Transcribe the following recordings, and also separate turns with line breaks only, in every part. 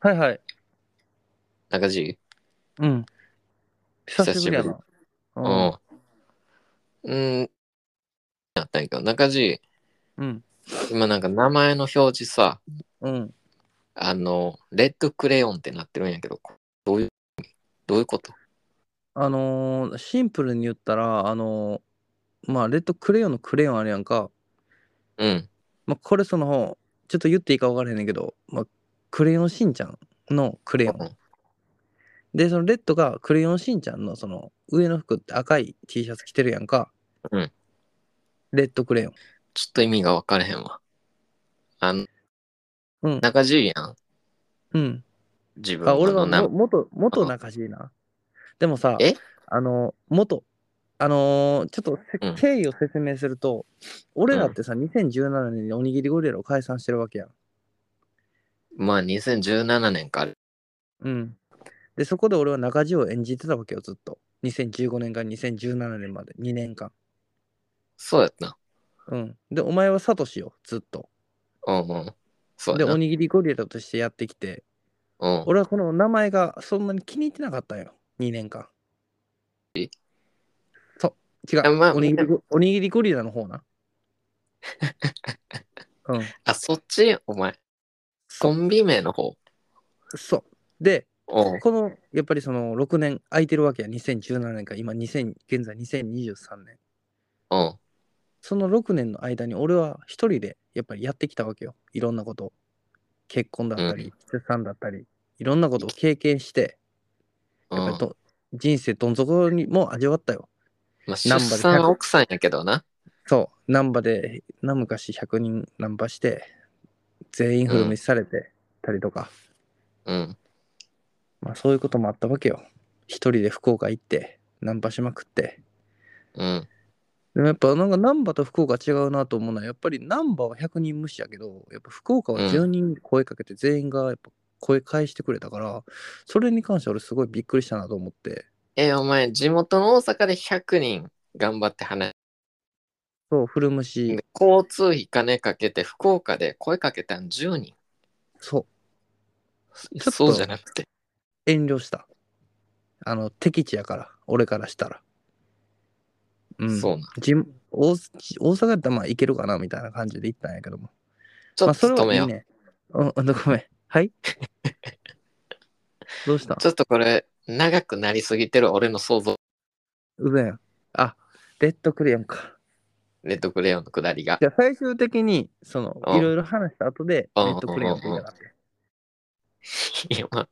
はいはい。
中地
うん。久しぶりやな。
うん。うん。やったんやけど、中地
うん。
今なんか名前の表示さ、
うん。
あの、レッドクレヨンってなってるんやけど、どういう、どういうこと
あのーシンプルに言ったら、あのーまあ、レッドクレヨンのクレヨンあるやんか。
うん。
まあ、これその、ちょっと言っていいか分からへんねんけど、まあ、クレヨンしんちゃんのクレヨン。で、そのレッドがクレヨンしんちゃんのその上の服って赤い T シャツ着てるやんか。
うん
レッドクレヨン。
ちょっと意味が分かれへんわ。あの、
うん。
中地やん。
うん。
自分
あ、俺
の
は
名
も
前。
元、元中地な。でもさ
え、
あの、元、あのーちょっとせ
うん
経緯を説明すると、俺らってさ、2017年におにぎりゴリラを解散してるわけやん。
まあ、2017年から。
うん。で、そこで俺は中地を演じてたわけよ、ずっと。2015年から2017年まで、2年間。
そうやった
うん。で、お前はサトシよ、ずっと。
な。うんうん。そう
で、
や
お
な。
にぎりゴリラとしてやってきて、
うん。
俺はこの名前がそんなに気に入ってなかったんよ、2年間。
え
そう、違
あ
う、
まあ
おにぎりゴ。おにぎりゴリラの方 な。うん、
あ、そっち、お前。コンビ名の方。
そう。で、
うん。
この、やっぱりその6年空いてるわけや、2017年から今2000、現在2023年。
うん。
その6年の間に俺は一人でやっぱりやってきたわけよ。いろんなことを。結婚だった
う
り、出産だったり、いろんなことを経験して、
う
やっぱり
ん。
と人生どん底にも味わったよ。
まあ、
ナ
出
ンバーで
産は奥さんやけどな。
そう、難波で、何昔100人難波して、全員フル無視されてたりとか、
うん。
まあそういうこともあったわけよ。一人で福岡行って、難波しまくって。
うん。
でもやっぱなんか難波と福岡違うなと思うのは、やっぱり難波は100人無視やけど、やっぱ福岡は10人声かけて全員がやっぱ声返してくれたから、それに関して俺すごいびっくりしたなと思って。
え、お前、地元の大阪で100人頑張って話
そう、フル無視、
交通費金かけて福岡で声かけたん10人。
そう、っと
そうじゃなくて。
遠慮した。あの、敵地やから、俺からしたら。うん。
そうなん。
じん大大阪やったらまあ行けるかなみたいな感じで行ったんやけども。
ちょ
まあ
っと
それ
止
は
め
いい
よ。
うね。うん、うんごめん。はい どうした
ちょっとこれ、長くなりすぎてる俺の想像、
うぜん。あ、レッドクレヨンか。
レッドクレヨンのくだりが
じ。ゃあ最終的に、その
う、ん
いろいろ話した後で、
う
レ
ん
ッドクレヨンって言いたかった。
いや、まあ、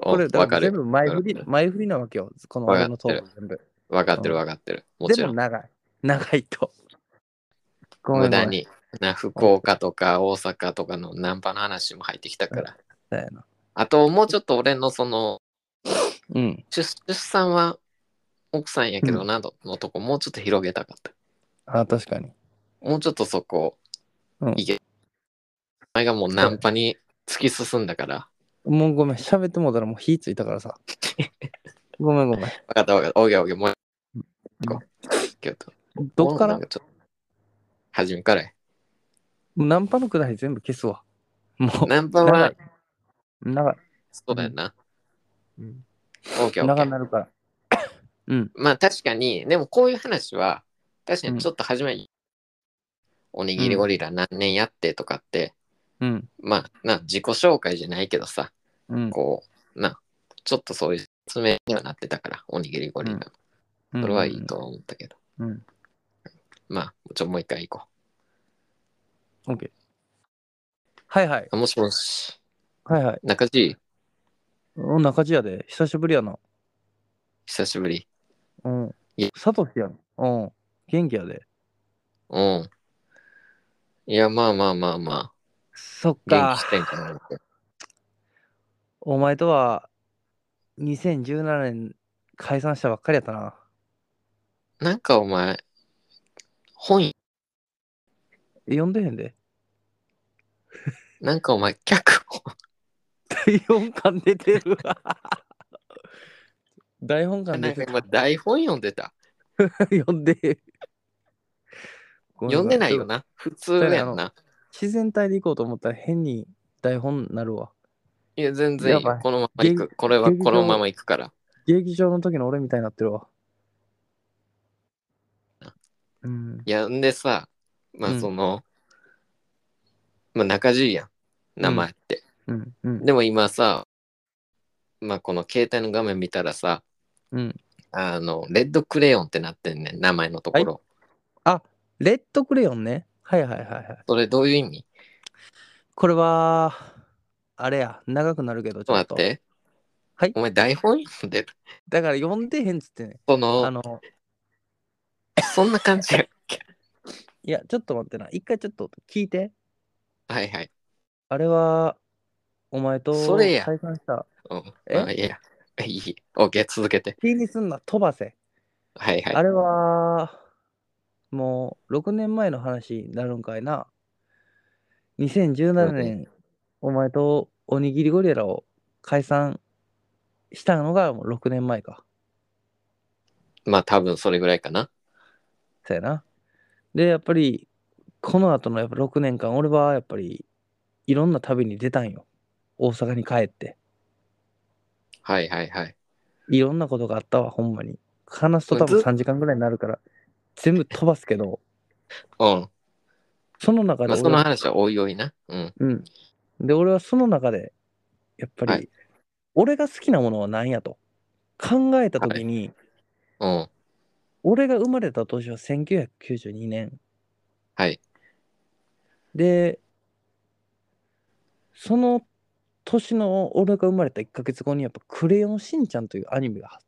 お
これ、だ
わ
か
から
全部
る。
前振り
わか、る
前振りなわけよ。この俺のトーク全部。
わかってるわかってる。もち
で
ろ
も
ん。
長い。長いと。ごめん
無
ごめん
駄。に、な福岡とか大阪とかのナンパの話も入ってきたから。
そうやな
あと、もうちょっと俺のその、
うん。
出出産は奥さんやけどなどのとこ、もうちょっと広げたかった。
あ、確かに。
もうちょっとそこ、
うん
いけ。お前がもうナンパに突き進んだから。
もうごめん。喋ってもうたらもう火ついた からさ。ごめんごめん。
わかったわかった。おげおげ、もう
うん。
けど。
どっから
なんちょっと初めからや。
ナンパのくだり全部消すわ。もう。
ナンパ
長、。
はい
長い。
そうだよな。
うん
オーケーオー
長
ケー。
なるから。うん。
まあ確かに、でもこういう話は、確かにちょっと初めに、おにぎりゴリラ何年やってとかって、
うん。
まあな、自己紹介じゃないけどさ、
うん。
こう、な、ちょっとそういう説明にはなってたから、おにぎりゴリラ。それはいいとは思ったけど。
うん。うん。
まあ、ちょ、もう一回行こ
オッケー。はいはい。
う。あもしもし、
はいはい。
中地、
お中地やで。久しぶりやな。
久しぶり。
うん
いえ。
サトシやん。うん。元気やで。
うん。いや、まあまあまあま
そっ
あ、元気
か
し。てんかなって。
お前とは2017年解散したばっかりやったな。
なんかお前、本、
え読んでへんで。
なんかお前、脚本、
4巻出 てるわ。台本館
な
出
んか
て
今台本読んでた。
読んで。
読んでないよ
な。
な。普通やんな。
自然体で行こうと思ったら変に台本なるわ。
いや、全然いい
やばい
このまま行く。これは
劇場
このまま行くから。
劇場の時の俺みたいになってるわ。うん。
いや、んでさ、ま
う
あ
ん
その、まあ中地やん、名前って。
うん。うん。
でも今さ、まあこの携帯の画面見たらさ、
うん
あの、レッドクレヨンってなってんねん、名前のところ。
レッドクレヨンね。はいはいはいはい。
それどういう意味
これは、あれや、長くなるけど、ち
ちょ
ょ
っ
っ
と
と。
待って。
はい
お前台本読んでる。
だから読んでへんっつってね。
そ
あ
の、
の、
そんな感じやっけ
いや、ちょっと待ってな。一回ちょっと聞いて。
はいはい。
あれは、お前と
それや
再会した。
うん。
え
あいや、いい。OK、続けて。
気にすんな、飛ばせ。
はいはい。
あれは、もう6年前の話になるんかいな。2017年、お前とおにぎりゴリラを解散したのがもう6年前か。
まあ多分それぐらいかな。
そやな。で、やっぱり、この後のやっぱ6年間、俺はやっぱり、いろんな旅に出たんよ。大阪に帰って。
はいはいはい。
いろんなことがあったわ、ほんまに。話すと多分
ず
3時間ぐらいになるから、全部飛ばすけど、
うん。
その中で
まあ
俺
そ
は
の話はおいおいな。うん。
うん。で、俺はその中で、やっぱり、
はい
俺が好きなものは何やと考えたときに、
うん。
俺が生まれた年は1992年。
はい。
で、その年の俺が生まれた1ヶ月後に、やっぱ、クレヨンしんちゃんというアニメが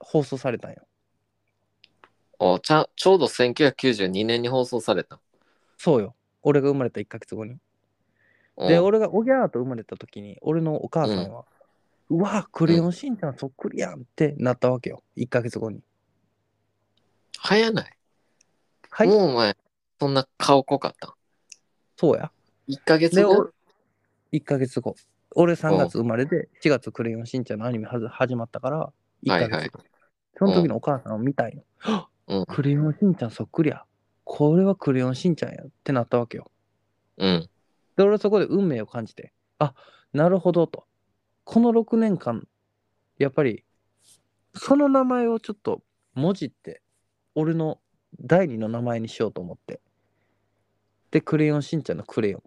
放送されたんよ。
おちゃちょうど1992年に放送された。
そうよ。俺が生まれた1ヶ月後に。
うん
で、俺がおぎゃーと生まれた時に、俺のお母さんは、うわ、クレヨンしんちゃんそっくりやんってなったわけよ。1ヶ月後に。
早ない。
はい、
もうお前、そんな顔濃かった。
そうや。
1ヶ月
で、
後
お1ヶ月後。俺3月生まれで、4月クレヨンしんちゃんのアニメはず始まったから、1ヶ月後。
はいはい
その時のお母さんを見たいの。
うん
クレヨンしんちゃんそっくりや。これはクレヨンしんちゃんやってなったわけよ。
うん。
で、俺はそこで運命を感じて、あ、なるほどと。この6年間、やっぱり、その名前をちょっと、文字って、俺の第二の名前にしようと思って。で、クレヨンしんちゃんのクレヨ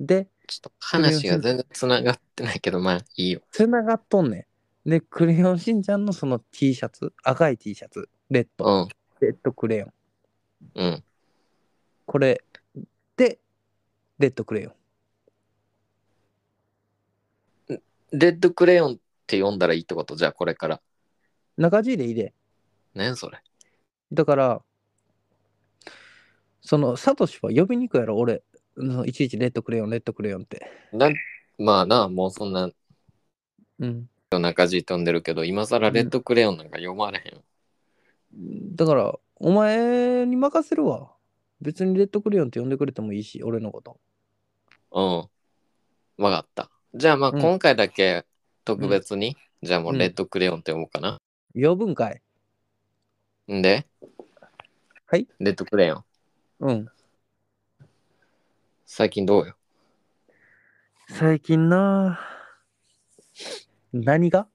ン。で、
ちょっと話が全然つながってないけど、まあいいよ。
つながっとんねん。で、クレヨンしんちゃんのその T シャツ、赤い T シャツ、レッド、
うん。
レッドクレヨン。
うん。
これで、レッドクレヨン。
レッドクレヨンって読んだらいいってことじゃあこれから。
中地でいいで。
ねそれ。
だから、その、サトシは呼びにくいやろ、俺。そのいちいちレッドクレヨン、レッドクレヨンって。
なまあな、もうそんな
うん。
夜中じ飛んでるけど、今更レッドクレヨンなんか読まれへん。
だから、お前に任せるわ。別にレッドクレヨンって呼んでくれてもいいし、俺のこと。
うん。わかった。じゃあまあ
うん
今回だけ特別に、じゃあもうレッドクレヨンって読もうかな。
呼ぶんかい。
んで、
はい。
レッドクレヨン。
うん。
最近どうよ。
最近な何が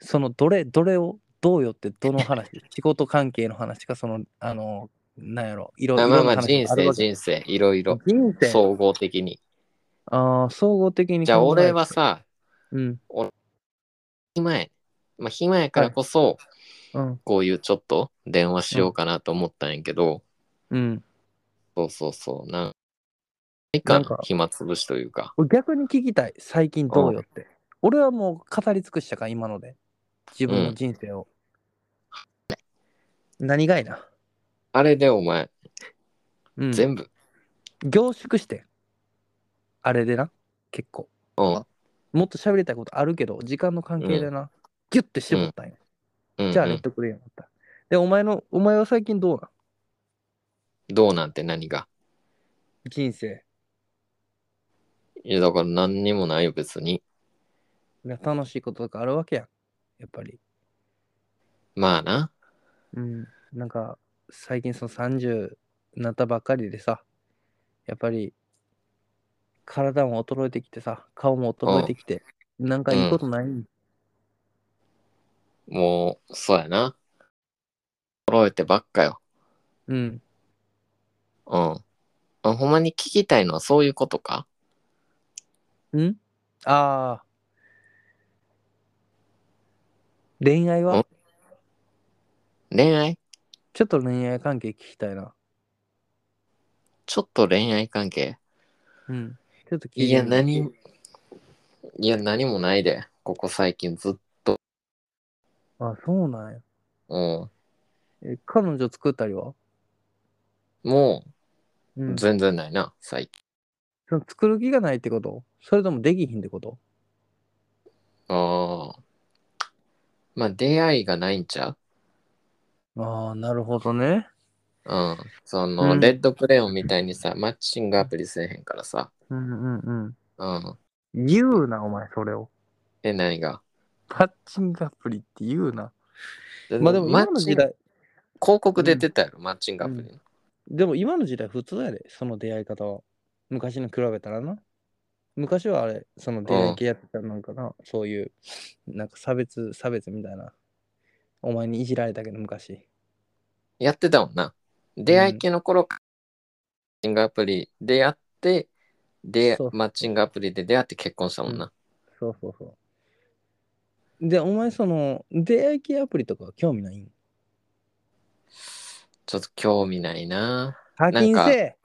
そのどれどれをどうよってどの話 仕事関係の話かそのあのなんやろいろい
まあ
ろ
まあま
な
あ
話
人
がある
生、
わけ
人生、いろいろ。
人生
総合的に。
ああ総合的に
じゃあ
考えて
俺はさ、
うん
暇や。まあ暇やからこそ、
うん
こういうちょっと電話しようかなと思ったんやけど、
うん
そうそうそう、なんないか
なんか
な暇つぶしというか。
俺逆に聞きたい最近どうよって俺はもう語り尽くしたか今ので自分の人生を、何がいな、
あれでお前、
うん、
全部、
凝縮してあれでな結構
うん、
もっと喋りたいことあるけど、時間の関係でな、ギュッて絞ったんや。
うん、
じゃあ、
う
レ
ん
ッドクレヨンだった。で、お前の、お前は最近どうなん
どうなんて何が。
人生。
いや、だから何にもないよ、別に。
いや楽しいこととかあるわけやん。やっぱり。
まあな。
うん。なんか、最近その30になったばっかりでさ、やっぱり、体も衰えてきてさ、顔も衰えてきて、なんかいいことない、
もう、そうやな。揃えてばっかよ。
うん。
うん。あほんまに聞きたいのはそういうことか
んああ。恋愛は
ん恋愛
ちょっと恋愛関係聞きたいな。
ちょっと恋愛関係
うん。ちょっと聞いて
いや、
み
何、いや、何もないで。ここ最近ずっ
あ、そうなんや。
と、
え、彼女作ったりは
うん。も
う
う、
ん。そ
全然ないな、最近。
の作る気がないってことそれともできひんってこと
ああ。まあ、出会いがないんちゃう
ああ、なるほどね。
うん。その、
うん
レッドクレヨンみたいにさ、マッチングアプリせえへんからさ。
うんうんうん。
うん。
言うな、お前、それを。
え、何が
パッチングアプリって言うな。まあでも
マ
今
ッ
の
チン
時
グ
代、
広告で出たやろ、マッチングアプリの。
でも今の時代普通やで、その出会い方は。昔に比べたらな。昔はあれ、その出会い系やってたなんかな、そういう、なんか差別、差別みたいな。お前にいじられたけど、昔。
やってたもんな。出会い系の頃か、マッチングアプリでやって、で
そう、
マッチングアプリで出会って結婚したもんな。
そうそうそう。で、お前、その、出会い系アプリとかは興味ないん
ちょっと興味ないな。
課金せえ